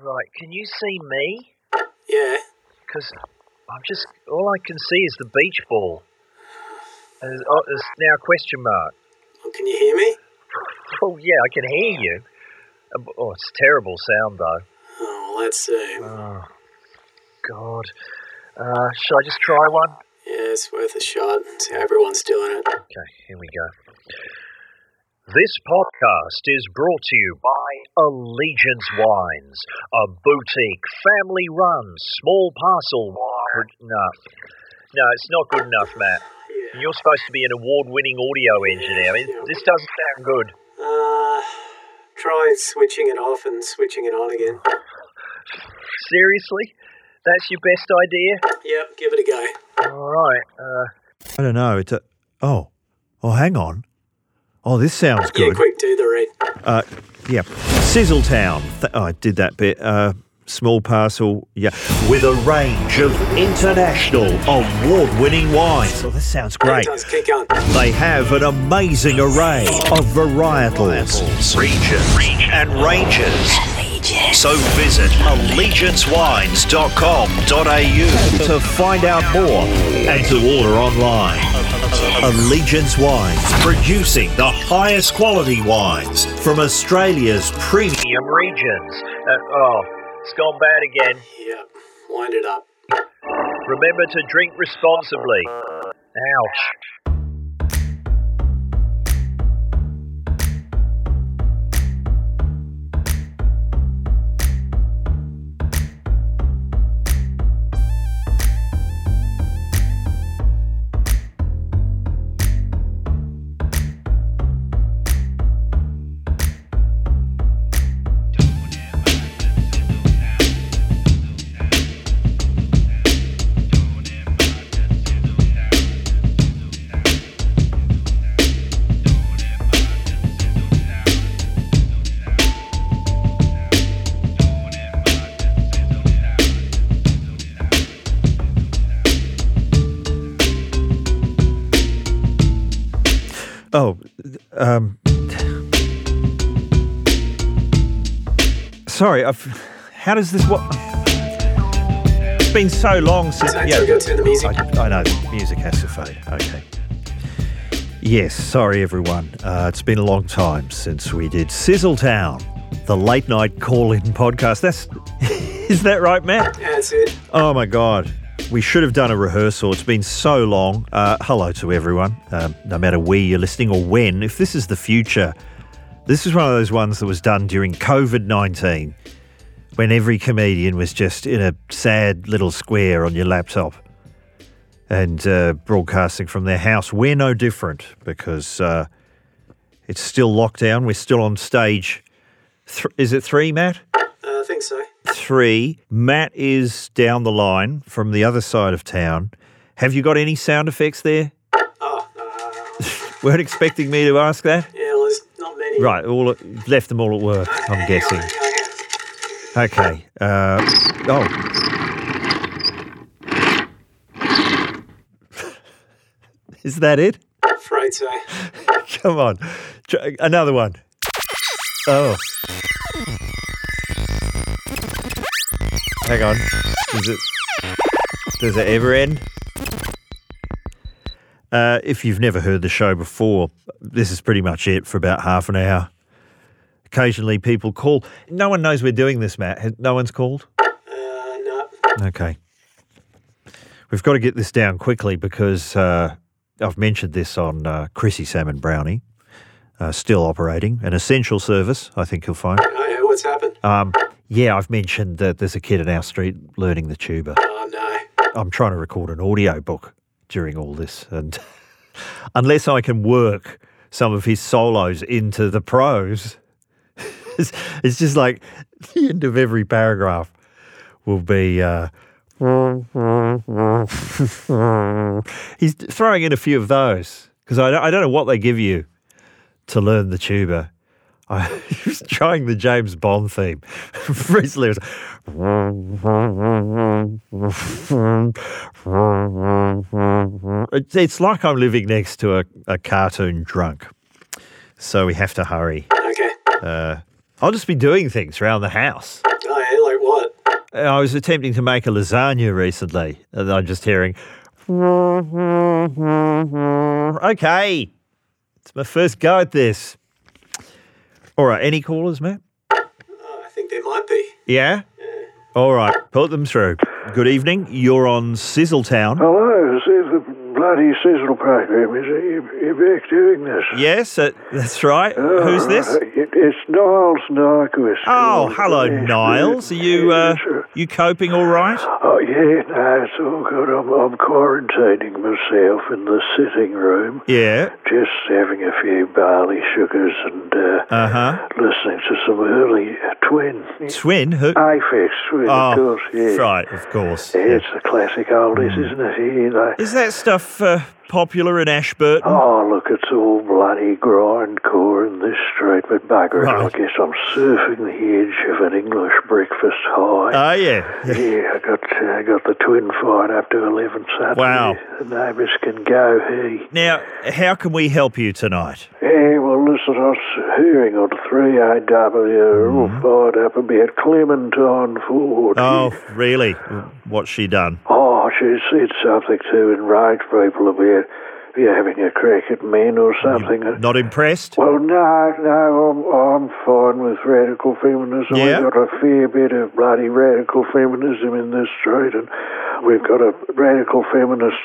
Right, can you see me? Yeah. Because I'm just all I can see is the beach ball. And there's, oh, there's now a question mark. Well, Can you hear me? Oh yeah, I can hear you. Uh, b- Oh, it's terrible sound though. Oh, well, let's see. Oh God. Uh, should I just try one? Yeah, it's worth a shot. See how everyone's doing it. Okay, here we go. This podcast is brought to you by Allegiance Wines, a boutique, family run, small parcel wine. No, no, it's not good enough, Matt. Yeah. You're supposed to be an award winning audio engineer. I mean, this doesn't sound good. Uh, try switching it off and switching it on again. Seriously? That's your best idea? Yep, give it a go. Alright, uh, I don't know. It's a, oh, oh, hang on. Oh, this sounds Yeah, good. quick, do the read. Uh, yeah, Sizzletown. Th- oh, I did that bit. Uh, small parcel. Yeah, with a range of international award-winning wines. Oh, this sounds great. It does kick on. They have an amazing array of varietals, regions, and ranges. So visit allegiancewines.com.au to find out more and to order online. Allegiance Wines, producing the highest quality wines from Australia's premium. medium regions. Uh, oh, it's gone bad again. Yep, wind it up. Remember to drink responsibly. Ouch. Oh, um. Sorry, I've, how does this work? It's been so long since. So actually go to the music. I, I know, the music has to fade. Okay. Yes, sorry everyone. Uh, it's been a long time since we did Sizzletown, the late night call in podcast. That's. is that right, Matt? That's it. Oh my God. We should have done a rehearsal. It's been so long. Uh, hello to everyone, um, no matter where you're listening or when. If this is the future, this is one of those ones that was done during COVID 19 when every comedian was just in a sad little square on your laptop and uh, broadcasting from their house. We're no different because uh, it's still lockdown. We're still on stage. Th- is it three, Matt? Uh, I think so. three. Matt is down the line from the other side of town. Have you got any sound effects there? Oh, uh, Weren't expecting me to ask that. yeah, well, there's not many. Right, all left them all at work. I'm guessing. Okay. Uh, oh. Is that it? Afraid so. Uh, Come on. Try, another one. Oh. Hang on. Does it does it ever end? Uh, if you've never heard the show before, this is pretty much it for about half an hour. Occasionally people call. No one knows we're doing this, Matt. Ha- No one's called? Uh, no. Okay. We've got to get this down quickly because uh, I've mentioned this on uh, Chrissy Salmon Brownie, uh, still operating, an essential service, I think you'll find. Oh, yeah, what's happened? Um, yeah, I've mentioned that there's a kid in our street learning the tuba. Oh, no. I'm trying to record an audio book during all this, and unless I can work some of his solos into the prose, it's, it's just like the end of every paragraph will be. Uh, he's throwing in a few of those because I, don't- I don't know what they give you to learn the tuba. I he was trying the James Bond theme. Recently, it was it's, it's like I'm living next to a, a cartoon drunk. So we have to hurry. Okay. Uh, I'll just be doing things around the house. Oh, yeah, like I was attempting to make a lasagna recently, and I'm just hearing. Okay, it's my first go at this. All right, any callers, Matt? Uh, I think there might be. Yeah. All right, put them through. Good evening. You're on Sizzletown. Hello, this is the bloody sizzle program. Is it you, you back doing this? Yes, uh, that's right. Who's Oh, this? It, it's Niles Nyquist. Oh, hello, Yes, Niles. Are you uh, yes, sir. you coping all right? Oh, yeah, no, it's all good. I'm, I'm quarantining myself in the sitting room, Yeah. just having a few barley sugars and uh, Uh huh. listening to some early twin. Twin. Who? Aphex twin, Oh, of Uh, course, yeah. right. Of course. Yeah, It's the classic oldies, isn't it? You know, Is that stuff uh, popular in Ashburton? Oh, look, it's all bloody grindcore in this street, but bugger it, I Right. guess I'm surfing the edge of an English breakfast Oh, high. yeah. yeah, I got uh, got the twin fight up to 11 Saturday. Wow. The neighbours can go he. Now, how can we help you tonight? Yeah, well, listen, I was hearing on 3AW all fired up about Clementine Ford. Mm-hmm. Oh, really? What's she done? Oh, she said something to enrage people about you having a crack at men or something. Not impressed? Well, no, no, I'm, I'm fine with radical feminism. Yeah. We've got a fair bit of bloody radical feminism in this street, and we've got a radical feminist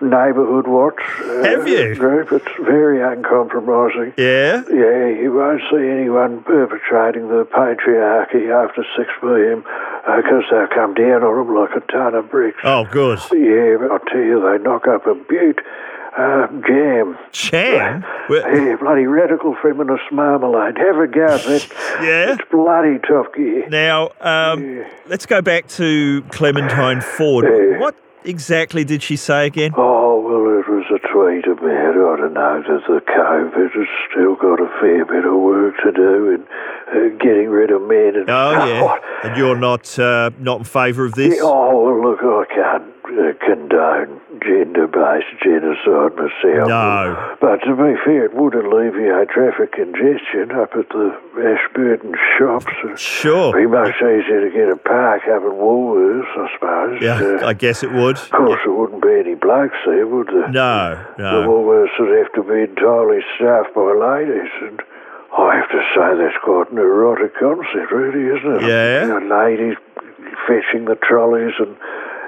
neighbourhood watch uh, Have you? group. It's very uncompromising. Yeah. Yeah, you won't see anyone perpetrating the patriarchy after 6 pm because uh, they'll come down on them like a ton of bricks. Oh, good. Yeah, but I tell you, they knock up a butte uh, jam. Chan. Well, Yeah, bloody radical feminist marmalade. Have a go at that. Yeah. It's bloody tough gear. Now, um, let's go back to Clementine Ford. What exactly did she say again? Oh, well, it was a tweet about, I don't know, that the COVID has still got a fair bit of work to do in uh, getting rid of men. And Oh, yeah. And you're not uh, not in favour of this? Yeah, Oh, well, look, I can't uh, condone gender based genocide myself. No. But to be fair, it would alleviate traffic congestion up at the Ashburton shops. and Sure. Be much easier to get a park up at Woolworths, I suppose. Yeah, Uh, I guess it would. of course, there wouldn't be any blokes there, would there? No, The no. Woolworths would have to be entirely staffed by ladies, and I have to say that's quite an erotic concept, really, isn't it? Yeah. You know, ladies fetching the trolleys, and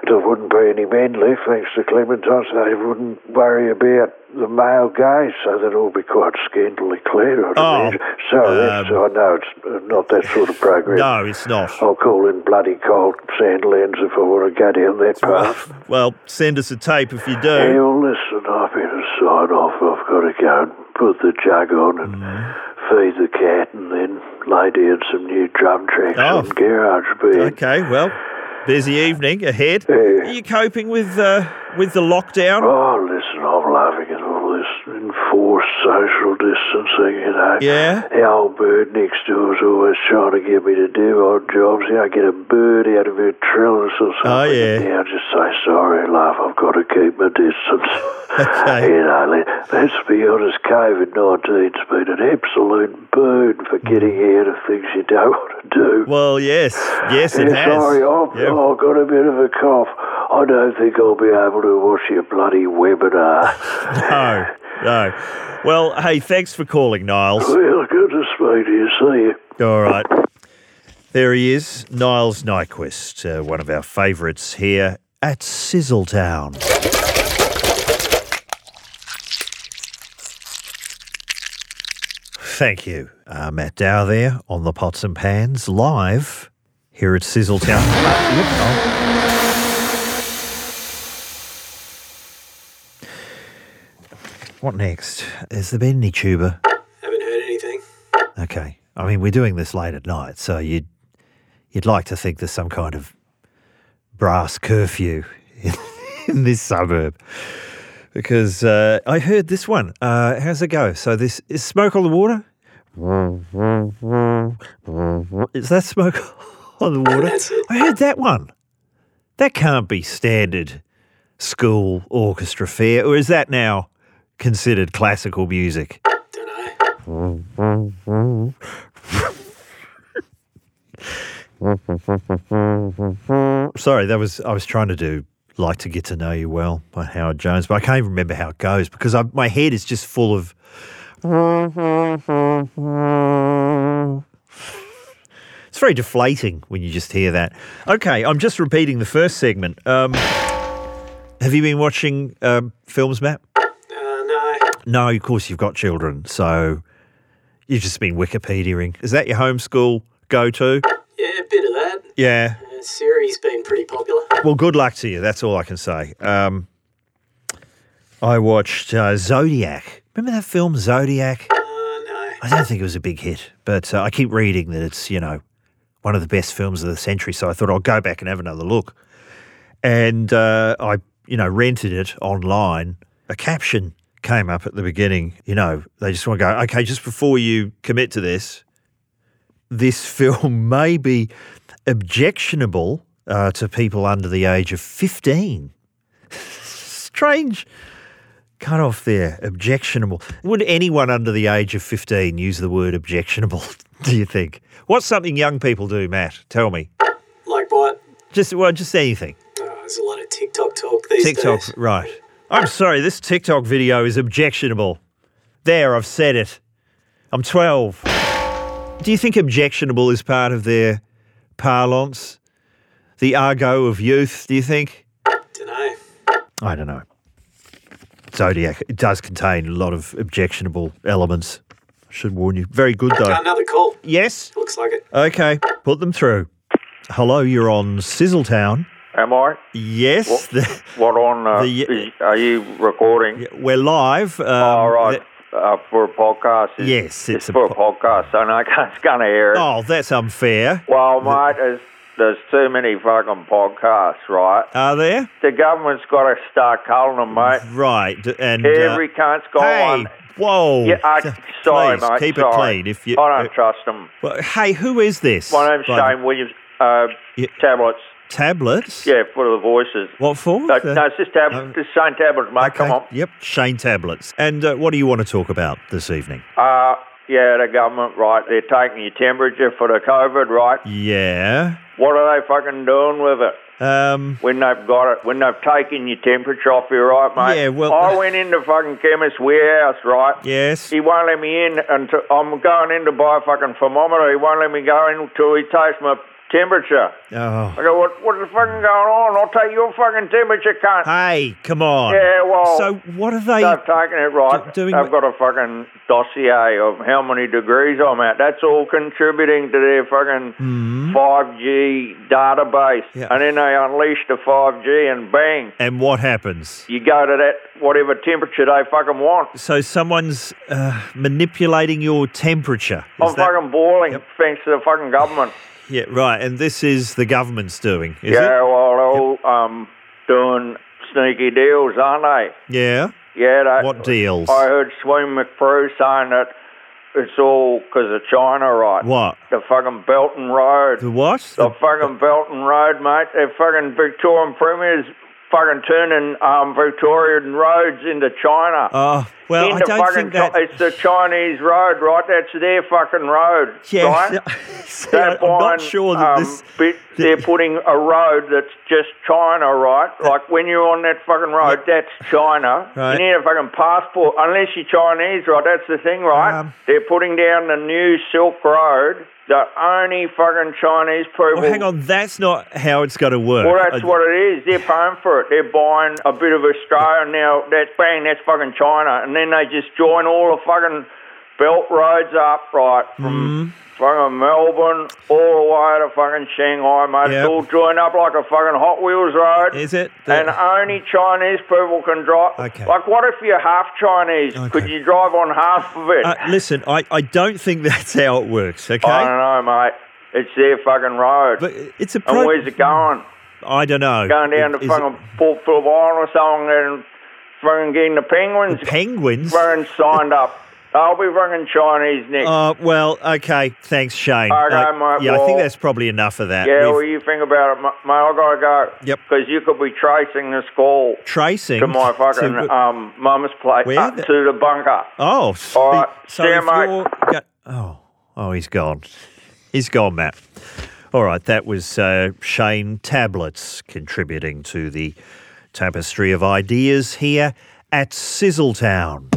there wouldn't be any men left, thanks to Clementine, so they wouldn't worry about the male gaze, so that'd all be quite scantily clear, I'd Oh, imagine. So that's, I know it's not that sort of program. No, it's not. I'll call in bloody cold sandlands if I want to go down that path. Well, send us a tape if you Hey, do. well, listen, I better sign off. I've got to go and put the jug on and Mm-hmm. feed the cat and then lay down some new drum tracks Oh. on Garage Band. Okay, well, busy evening ahead. Are you coping with uh, with the lockdown? Oh, listen, I'm laughing at all this enforced social distancing, you know. Yeah. The old bird next door's always trying to get me to do odd jobs. You know, get a bird out of her trellis or something. Oh, yeah. Now just say, sorry, love, I've got to keep my distance. Okay. You know, let, let's be honest, COVID 19's been an absolute burden for getting out of things you don't want to do. Mm. Well, yes, yes, it Yeah, has. Sorry, I've, Yeah. I've got a bit of a cough. I don't think I'll be able to watch your bloody webinar. No, no. Well, hey, thanks for calling, Niles. well, good to speak to you. See you. All right. There he is, Niles Nyquist, uh, one of our favourites here at Sizzletown. Thank you, uh, Matt Dow there on the Pots and Pans live here at Sizzletown. What next? Has there been any tuber? Haven't heard anything. Okay. I mean, we're doing this late at night, so you'd you'd like to think there's some kind of brass curfew in, in this suburb. Because uh, I heard this one. Uh, how's it go? So this is smoke on the water. Is that smoke on the water? That's it. I heard that one. That can't be standard school orchestra fare, or is that now considered classical music? Don't Uh, know. Sorry, that was I was trying to do "Like to Get to Know You Well" by Howard Jones, but I can't even remember how it goes because I, my head is just full of. It's very deflating when you just hear that. Okay, I'm just repeating the first segment. Um, have you been watching um, films, Matt? Uh, no, No, of course you've got children, so you've just been Wikipediaing. Is that your homeschool go to? yeah, a bit of that. Yeah. Uh, series been pretty popular. Uh, Well, good luck to you. That's all I can say. Um, I watched uh, Zodiac. Remember that film, Zodiac? Uh, no, I don't think it was a big hit, but uh, I keep reading that it's, you know, one of the best films of the century. So I thought I'll go back and have another look. And uh, I, you know, rented it online. A caption came up at the beginning. You know, they just want to go, okay, just before you commit to this, this film may be objectionable uh, to people under the age of 15. Strange cut off there. Objectionable. Would anyone under the age of 15 use the word objectionable, do you think? What's something young people do, Matt? Tell me. like what? Just well, just anything. Oh, there's a lot of TikTok talk these TikTok, days. right. I'm sorry, this TikTok video is objectionable. There, I've said it. I'm 12. Do you think objectionable is part of their parlance? The argo of youth, do you think? Don't know. I don't know. Zodiac it does contain a lot of objectionable elements. Should warn you. Very good though. Another call. Yes. Looks like it. Okay. Put them through. Hello, you're on Sizzletown. Am I? Yes. the- What on? Uh, The- is- are you recording? we're live. Um, Oh, All right. th- uh, for a podcast. It's, yes, it's it's, a for po- a podcast, so no, it's going to air it. oh, that's unfair. well, mate, there's, there's too many fucking podcasts, right? Are there? The government's got to start calling them, mate. Right. d- And uh, Every cunt's got hey, one. whoa. Yeah, uh, Th- sorry, please mate. keep sorry. it clean. If you, I uh, don't trust them. well, hey, who is this? My name's By the- Shane Williams. Uh, Yeah. Tablets. Tablets. Yeah, for the voices. What for? Uh, No, The- no, it's just no. tablets. It's Shane Tablets, mate. Come on. Yep, Shane Tablets. And uh, what do you want to talk about this evening? Uh, yeah, the government, right? They're taking your temperature for the COVID, right? Yeah. What are they fucking doing with it? Um, When they've got it, when they've taken your temperature off you, right, mate? Yeah, well, I uh, went into fucking chemist warehouse, right? yes. He won't let me in until I'm going in to buy a fucking thermometer. He won't let me go in until he takes my temperature. Oh. I go, what, what the fucking going on? I'll take your fucking temperature, cunt. Hey, come on. Yeah, well, So what are they? They've taken it right. do- doing They've got a fucking dossier of how many degrees I'm at. That's all contributing to their fucking 5G database. Mm-hmm. Yeah. And then they unleash the 5G and bang, and what happens? you go to that whatever temperature they fucking want. So someone's uh, manipulating your temperature. Is I'm that- fucking boiling thanks to the fucking government. yeah, right. And this is the government's doing, is yeah, well, they're all um, doing sneaky deals, aren't they? it? Yeah. Yeah, they, What deals? I heard Swing McPhee saying that it's all because of China, right? What? The fucking Belton Road. The what? The fucking Belton Road, mate. The fucking Victorian Premier's fucking turning um, Victorian roads into China. oh, well, I into don't fucking think that. Chi- it's the Chinese road, right? That's their fucking road, yeah. right? see, They're I'm not buying, sure that um, this. Bit, they're putting a road that's just China, right? Like when you're on that fucking road, that's China. Right. You need a fucking passport, unless you're Chinese, right? That's the thing, right? Um, they're putting down the new Silk Road. The only fucking Chinese people. Well, Oh, hang on. That's not how it's going to work. Well, that's Uh, what it is. They're paying for it. They're buying a bit of Australia now. That's bang. That's fucking China, and then they just join all the fucking belt roads up, right from Mm-hmm. fucking Melbourne all the way to fucking Shanghai, Yep. mate. It's all joined up like a fucking Hot Wheels road. Is it? Uh, and only Chinese people can drive. Okay. Like, what if you're half Chinese? Okay. Could you drive on half of it? Uh, listen, I, I don't think that's how it works, okay? I don't know, mate. It's their fucking road. but it's a and pro- where's it going? I don't know. going down to Is it er fucking Port Phillip or something and fucking getting the penguins Penguins? fucking signed up. I'll be fucking Chinese next. Uh, well, okay. Thanks, Shane. Okay, Uh, mate, yeah, I think well- that's probably enough of that. yeah, We've- what do you think about it, ma- mate? I gotta go. Yep. Because you could be tracing this call tracing to my to- fucking um mum's place Where uh, the- to the bunker. oh, s- All right, so see you, if mate. you're go- oh, oh, he's gone. He's gone, Matt. All right, that was uh, Shane Tablets contributing to the tapestry of ideas here at Sizzletown.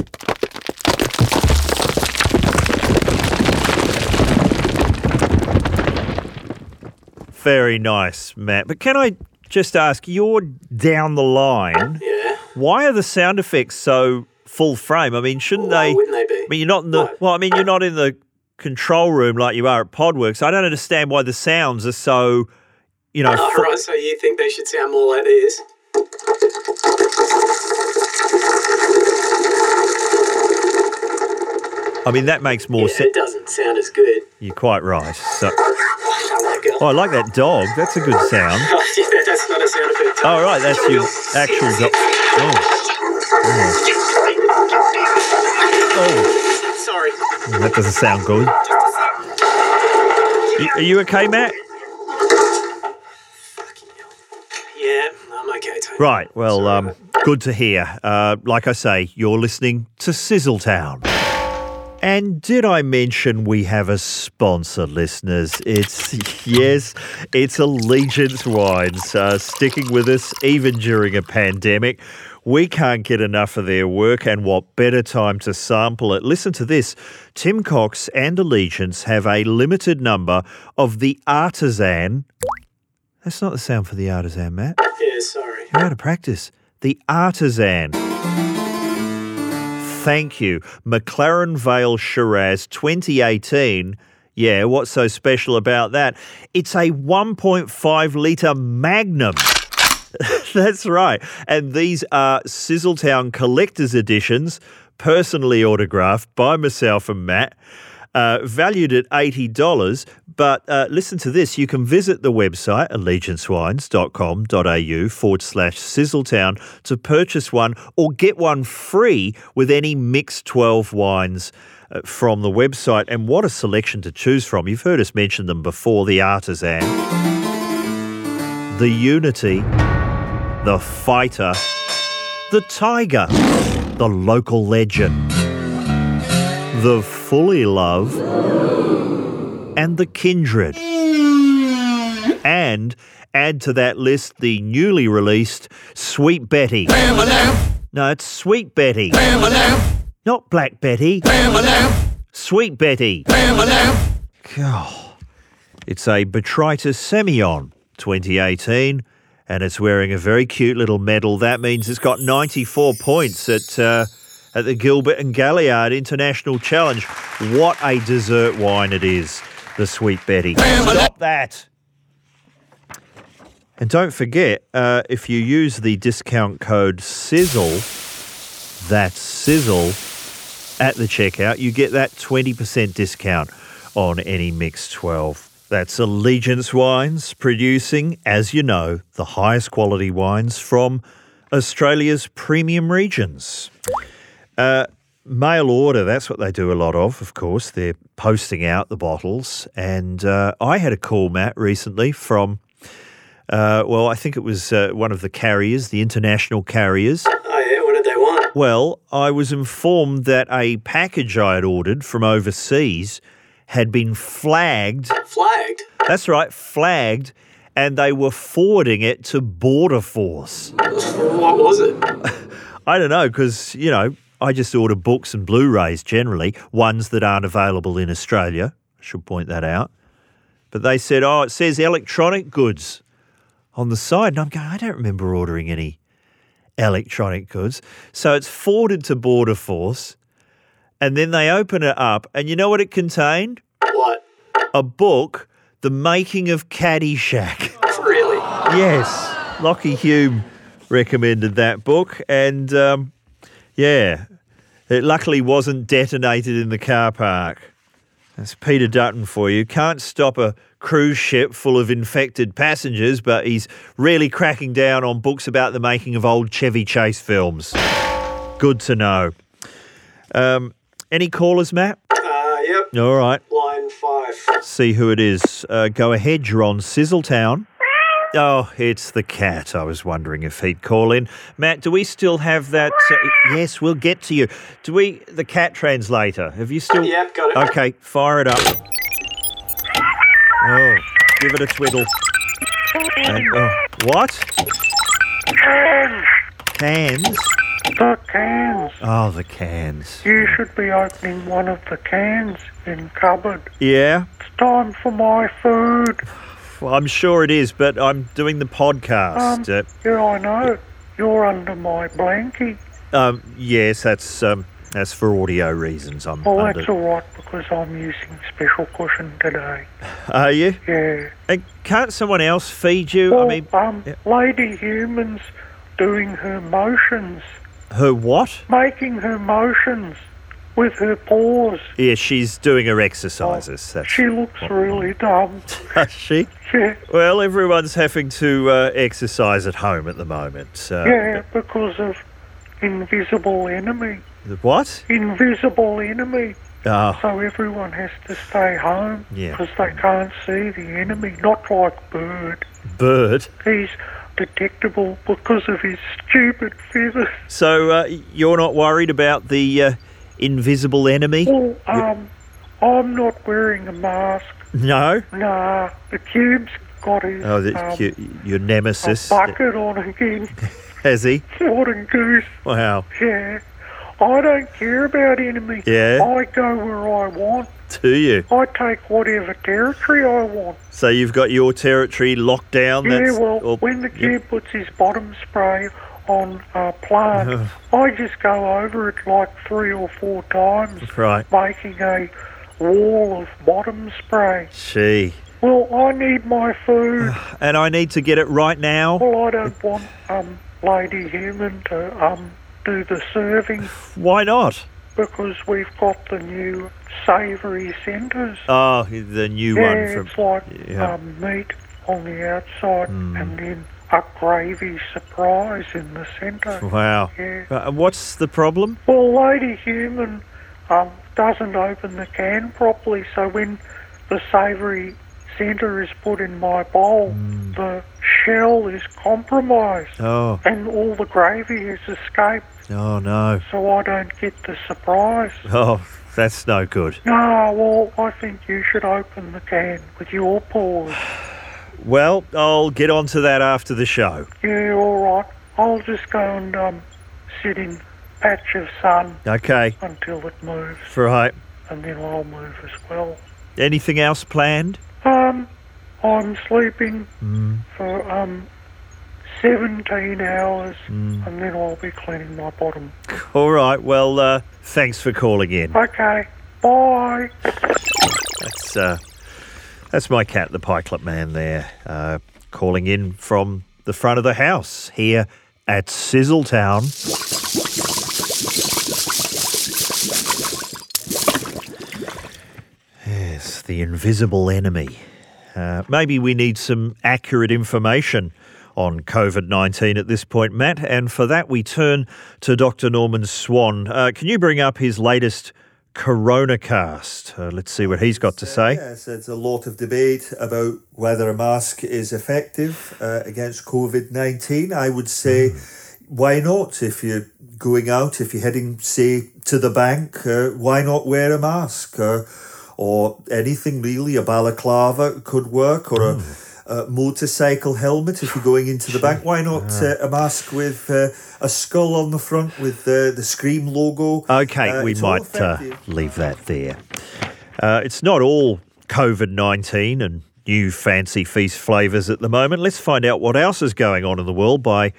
Very nice, Matt. But can I just ask, you're down the line. Yeah. Why are the sound effects so full frame? I mean, shouldn't Why they? wouldn't they be? I mean, you're not in the. Why? Well, I mean, you're not in the control room like you are at Podworks. I don't understand why the sounds are so, you know. All fu- Oh, right, so you think they should sound more like this? I mean, that makes more Yeah, sense. it doesn't sound as good. You're quite right. So, Oh my god. oh, I like that dog. That's a good sound. yeah, that's not a sound effect. All right, that's your actual dog. Oh. Oh. Sorry. oh, that doesn't sound good. Y- are you okay, Matt? Yeah, I'm okay, Tony. Right. Well, um, good to hear. Uh, like I say, you're listening to Sizzletown. And did I mention we have a sponsor, listeners? It's yes, it's Allegiance Wines, uh, sticking with us even during a pandemic. We can't get enough of their work, and what better time to sample it? Listen to this Tim Cox and Allegiance have a limited number of the artisan. That's not the sound for the artisan, Matt. Yeah, sorry. You're out of practice. The Artisan. Thank you. McLaren Vale Shiraz 2018. Yeah, what's so special about that? It's a 1.5 litre magnum. That's right. And these are Sizzletown Collector's Editions, personally autographed by myself and Matt, uh, valued at $80. But uh, listen to this you can visit the website allegiancewines.com.au forward slash Sizzletown to purchase one or get one free with any mixed 12 wines uh, from the website. And what a selection to choose from. You've heard us mention them before the artisan, the unity the fighter, the tiger, the local legend, the fully love, and the kindred. And add to that list the newly released Sweet Betty. No, it's Sweet Betty. Not Black Betty. Sweet Betty. God. It's a Botrytis Semion 2018, and it's wearing a very cute little medal. That means it's got 94 points at uh, at the Gilbert and Galliard International Challenge. What a dessert wine it is, the Sweet Betty. Stop that. And don't forget, uh, if you use the discount code Sizzle, that's Sizzle at the checkout, you get that 20% discount on any Mix 12. That's Allegiance Wines, producing, as you know, the highest quality wines from Australia's premium regions. Uh, mail order, that's what they do a lot of, of course. They're posting out the bottles. And uh, I had a call, Matt, recently from, uh, well, I think it was uh, one of the carriers, the international carriers. Oh yeah, what did they want? Well, I was informed that a package I had ordered from overseas had been flagged. Flagged. That's right, flagged, and they were forwarding it to Border Force. What was it? I don't know, because, you know, I just order books and Blu rays generally, ones that aren't available in Australia. I should point that out. But they said, oh, it says electronic goods on the side. And I'm going, I don't remember ordering any electronic goods. So it's forwarded to Border Force. And then they open it up. And you know what it contained? What? A book, The Making of Caddyshack. Really? Yes, Lockie Hume recommended that book, and um, yeah, it luckily wasn't detonated in the car park. That's Peter Dutton for you. Can't stop a cruise ship full of infected passengers, but he's really cracking down on books about the making of old Chevy Chase films. Good to know. Um, any callers, Matt? Uh, yep. All right, Line five. see who it is. Uh, go ahead, you're on Sizzletown. Oh, it's the cat. I was wondering if he'd call in. Matt, do we still have that? uh, yes, we'll get to you. Do we, the cat Oh. translator, have you still? Yep, got it. Okay, fire it up. Oh, Give it a twiddle. And, oh, what? Cans! Cans? The cans! Oh, the cans. You should be opening one of the cans in cupboard. Yeah, It's time for my food. well, I'm sure it is, but I'm doing the podcast. Uh, Yeah, I know. You're under my blankie. Um, yes, that's um, that's for audio reasons. I'm Oh, under. that's all right because I'm using special cushion today. Are you? Yeah. And can't someone else feed you? Well, I mean, um, yeah. lady humans doing her motions, her what? making her motions with her paws. Yeah, she's doing her exercises. That's She looks really dumb. Does she? Yeah, Well, everyone's having to uh, exercise at home at the moment. Uh, yeah, because of invisible enemy. the- What? Invisible enemy. Oh, So everyone has to stay home Yeah. because they can't see the enemy. Not like Bird. bird. He's detectable because of his stupid feathers. So uh, you're not worried about the uh, invisible enemy? Well, um, I'm not wearing a mask. No. Nah, the cube's got his Oh, the, um, your, your nemesis bucket on again. has he? What a goose. Wow. Yeah. I don't care about enemy. Yeah. I go where I want. To you. I take whatever territory I want. So you've got your territory locked down. yeah, well, or- when the yeah. cube puts his bottom spray on a plant, I just go over it like three or four times, Right. making a wall of bottom spray. She. Well, I need my food. And I need to get it right now. Well, I don't want um, Lady Human to um, do the serving Why not? because we've got the new savoury centres. Oh, the new yeah, one from. it's like yeah. Hmm. um, meat on the outside and then a gravy surprise in the centre. Wow. Yeah. Uh, and what's the problem? Well, Lady Human um, doesn't open the can properly, so when the savoury centre is put in my bowl, the shell is compromised. Oh, and all the gravy has escaped, oh no. so I don't get the surprise. Oh, that's no good. No, well, I think you should open the can with your paws. Well, I'll get onto that after the show. Yeah, all right. I'll just go and um, sit in patch of sun Okay. until it moves, Right. and then I'll move as well. Anything else planned? Um, I'm sleeping for um. 17 hours and then I'll be cleaning my bottom. All right. Well, uh, thanks for calling in. Okay, bye. That's uh, that's my cat, the Pikelet Man. There, uh, calling in from the front of the house here at Sizzletown. Yes, the invisible enemy. Uh, maybe we need some accurate information on COVID 19 at this point, Matt. And for that, we turn to Dr. Norman Swan. Uh, can you bring up his latest Coronacast? Uh, let's see what he's got to say. Yes, it's a lot of debate about whether a mask is effective uh, against COVID 19. I would say, why not? If you're going out, if you're heading, say, to the bank, uh, why not wear a mask? Or, or anything really, a balaclava could work, or a, a motorcycle helmet if you're going into the bank. Why not uh, a mask with uh, a skull on the front with uh, the Scream logo? Okay, Uh, we it's all might uh, effective. leave that there. Uh, it's not all COVID 19 and new fancy feast flavours at the moment. Let's find out what else is going on in the world by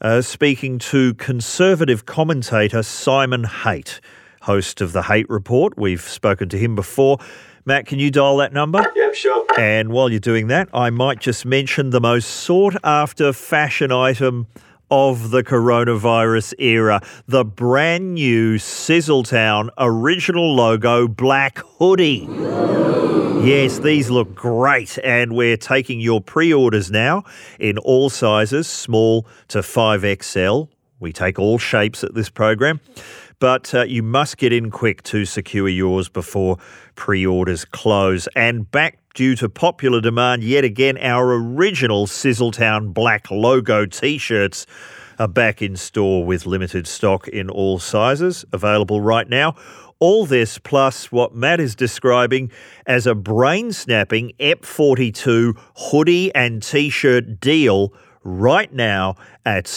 uh, speaking to conservative commentator Simon Haight, host of The Haight Report. We've spoken to him before. Matt, can you dial that number? Yep, sure. And while you're doing that, I might just mention the most sought after fashion item of the coronavirus era the brand new Sizzletown original logo black hoodie. Yes, these look great, and we're taking your pre orders now in all sizes, small to 5XL. We take all shapes at this program, but uh, you must get in quick to secure yours before pre orders close. And back due to popular demand, yet again, our original Sizzletown black logo t shirts are back in store with limited stock in all sizes, available right now. All this plus what Matt is describing as a brain snapping EP42 hoodie and t shirt deal right now at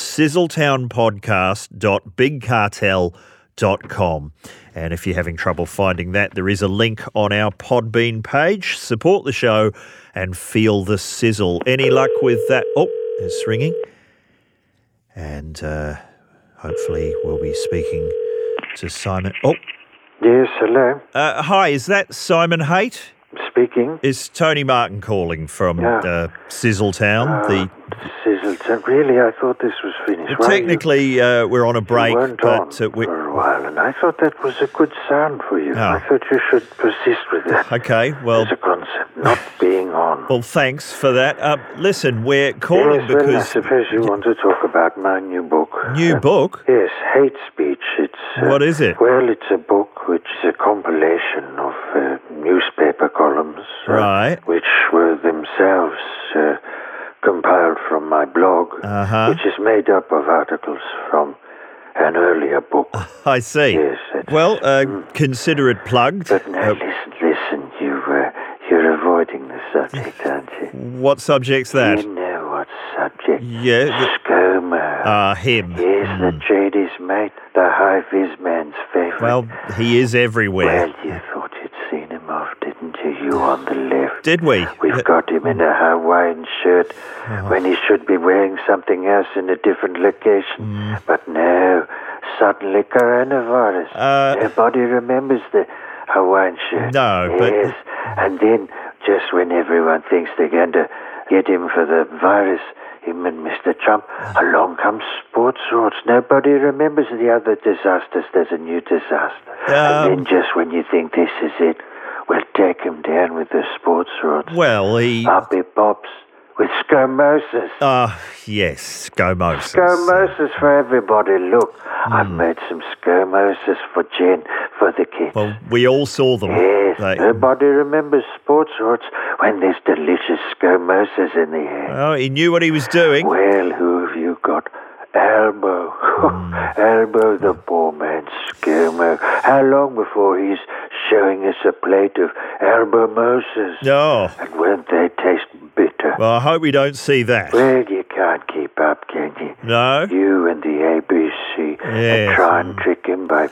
sizzletownpodcast.bigcartel.com. And if you're having trouble finding that, there is a link on our Podbean page. Support the show and feel the sizzle. Any luck with that? Oh, it's ringing. And uh, hopefully, we'll be speaking to Simon. Oh, Yes, hello. uh, hi, is that Simon Haight? Speaking. It's Tony Martin calling from Yeah. Uh, uh, Sizzletown. the uh, Sizzleton. Really, I thought this was finished. Why you- technically uh, we're on a you break, weren't but on uh, we, for a while, and I thought that was a good sound for you. Ah. I thought you should persist with that okay. Well, as a concept, not being on. well, thanks for that. Um, listen, we're calling yes, well, I because suppose you want to talk about my new book. new Uh, book. Yes, hate speech. It's uh, What is it? Well, it's a book which is a compilation of uh, newspaper columns, uh, Right. which were themselves uh, compiled from my blog, Uh-huh. which is made up of articles from an earlier book. I see. Yes, it's- mm. Well, uh, consider it plugged. But now, Uh, listen, listen. You, uh, you're avoiding the subject, aren't you? what subject's that? You know what subject? Yeah, the- Skomer. Ah, him. Yes, the Jady's mate, the high vis man's favorite. Well, he is everywhere. well, you thought you'd seen him off, didn't you? You on the left. Did we? We've got him in a Hawaiian shirt when he should be wearing something else in a different location. Mm. But no, suddenly coronavirus. Uh, Nobody remembers the Hawaiian shirt. No, but- yes. And then, just when everyone thinks they're going to get him for the virus, him and Mr. Trump, Mm. along comes sports rorts. Nobody remembers the other disasters. There's a new disaster. Um, and then, just when you think this is it, we'll take him down with the sports rorts. Well, he. Happy pops with scomosis. Ah, yes, Gomosis. Scomosis for everybody. Look, I Hmm. made some scomosis for Jen, for the kids. Well, we all saw them. Yes, They- nobody remembers sports rorts when there's delicious scomosis in the air. oh, he knew what he was doing. Well, who have you got? Elbow. Hmm. Elbow, the poor man's scomo. How long before he's showing us a plate of elbow moses? No. And won't they taste bitter? Oh, Well, I hope we don't see that. Well, you can't keep up, can you? No? You and the ABC Yes. and try and trick him by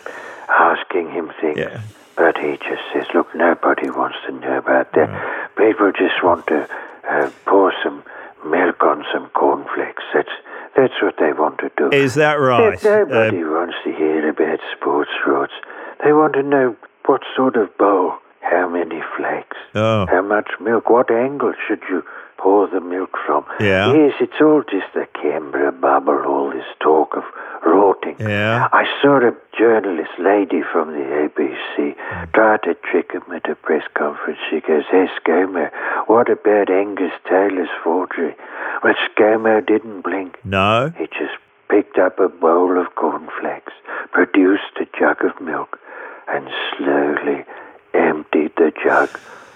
asking him things. Yeah. But he just says, look, nobody wants to know about that. People just want to uh, pour some milk on some cornflakes. That's, that's what they want to do. Is that But right? Um, Nobody wants to hear about sports rorts. They want to know what sort of bowl, how many flakes, Oh. how much milk, what angle should you pour the milk from. Yeah. Yes, it's all just the Canberra bubble, all this talk of rorting. Yeah. I saw a journalist lady from the ABC Mm. try to trick him at a press conference. She goes, Hey, Scomer, what about Angus Taylor's forgery? Well, Scomer didn't blink. no? He just picked up a bowl of cornflakes, produced a jug of milk, and slowly emptied the jug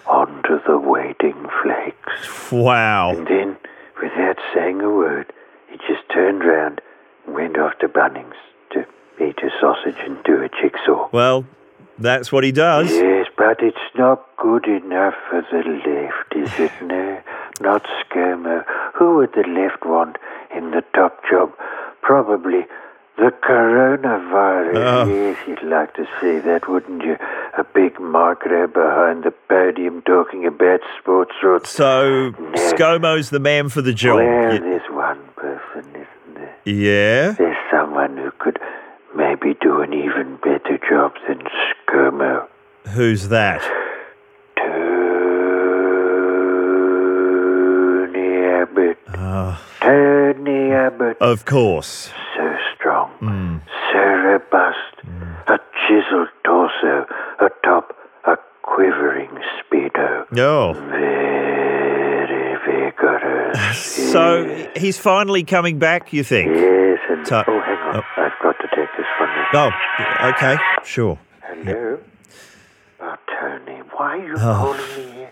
onto the waiting flakes. Wow. And then, without saying a word, he just turned round and went off to Bunnings to eat a sausage and do a jigsaw. Well, that's what he does. Yes, but it's not good enough for the left, is it? No, not Skirmer. Who would the left want in the top job? Probably the coronavirus. Oh. Yes, you'd like to see that, wouldn't you? A big mark there behind the podium talking about sports roots. So, ScoMo's the man for the job. Well, Y- there's one person, isn't there? Yeah? There's someone who could maybe do an even better job than Skirmer. Who's that? Tony Abbott. Tony Abbott. Of course. So strong, so robust, a chiseled torso, atop a quivering speedo. No. Very vigorous. So, he's finally coming back, you think? Yes, and So- oh, hang on, I've got to take this one. now. Oh, okay. Sure. Hello? Oh, Tony, why are you calling me here?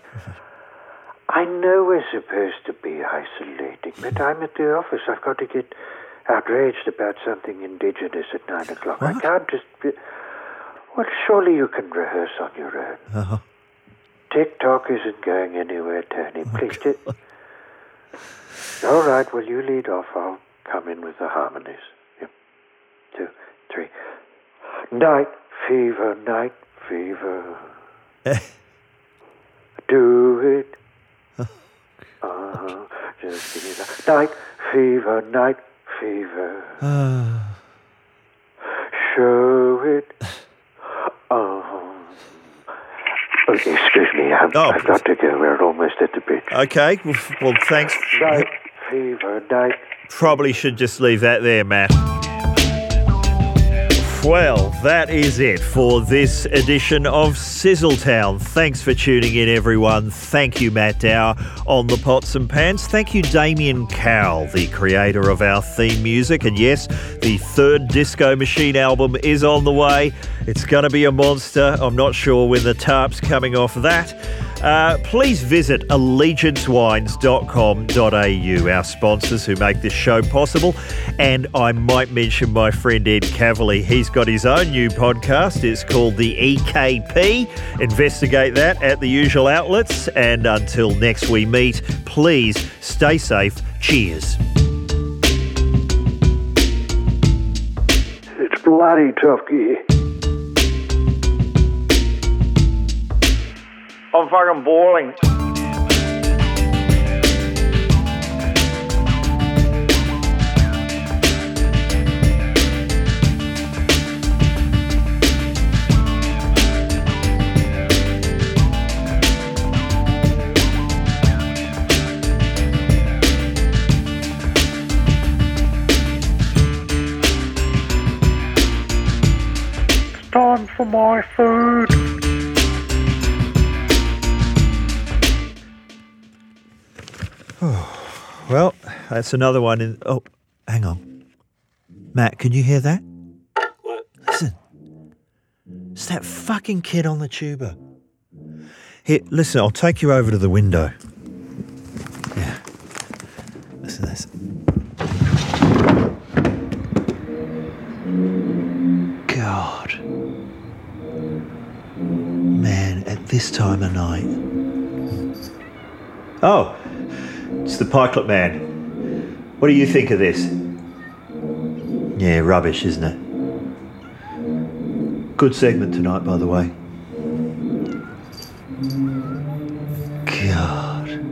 I know we're supposed to be isolating, but I'm at the office. I've got to get outraged about something indigenous at nine o'clock. I can't just be. Well, surely you can rehearse on your own. Oh, TikTok isn't going anywhere, Tony. Please, t- all right. Well, you lead off. I'll come in with the harmonies. Yep. Two, three. Night fever, night fever. Do it. Uh-huh. Just give me that. Night fever, night fever. Show it. Uh-huh. Okay, excuse me. I've, Oh, I've got to go. We're almost at the beach. okay. Well, f- Well, thanks. Night fever, night. Probably should just leave that there, Matt. Well, that is it for this edition of Sizzletown. Thanks for tuning in, everyone. Thank you, Matt Dow, on the pots and pans. Thank you, Damien Cowell, the creator of our theme music. And yes, the third Disco Machine album is on the way. It's going to be a monster. I'm not sure when the tarp's coming off that. Uh, please visit allegiancewines.com.au, our sponsors who make this show possible. And I might mention my friend Ed Cavalier. He's got his own new podcast. It's called The EKP. Investigate that at the usual outlets. And until next we meet, please stay safe. Cheers. It's bloody tough gear. I'm fucking boiling. It's time for my food. Well, that's another one. In, oh, hang on. Matt, can you hear that? What? Listen. It's that fucking kid on the tuba. Here, listen, I'll take you over to the window. Yeah. Listen to this. God. Man, at this time of night. Oh, it's the Pikelet Man. What do you think of this? Yeah, rubbish, isn't it? Good segment tonight, by the way. God.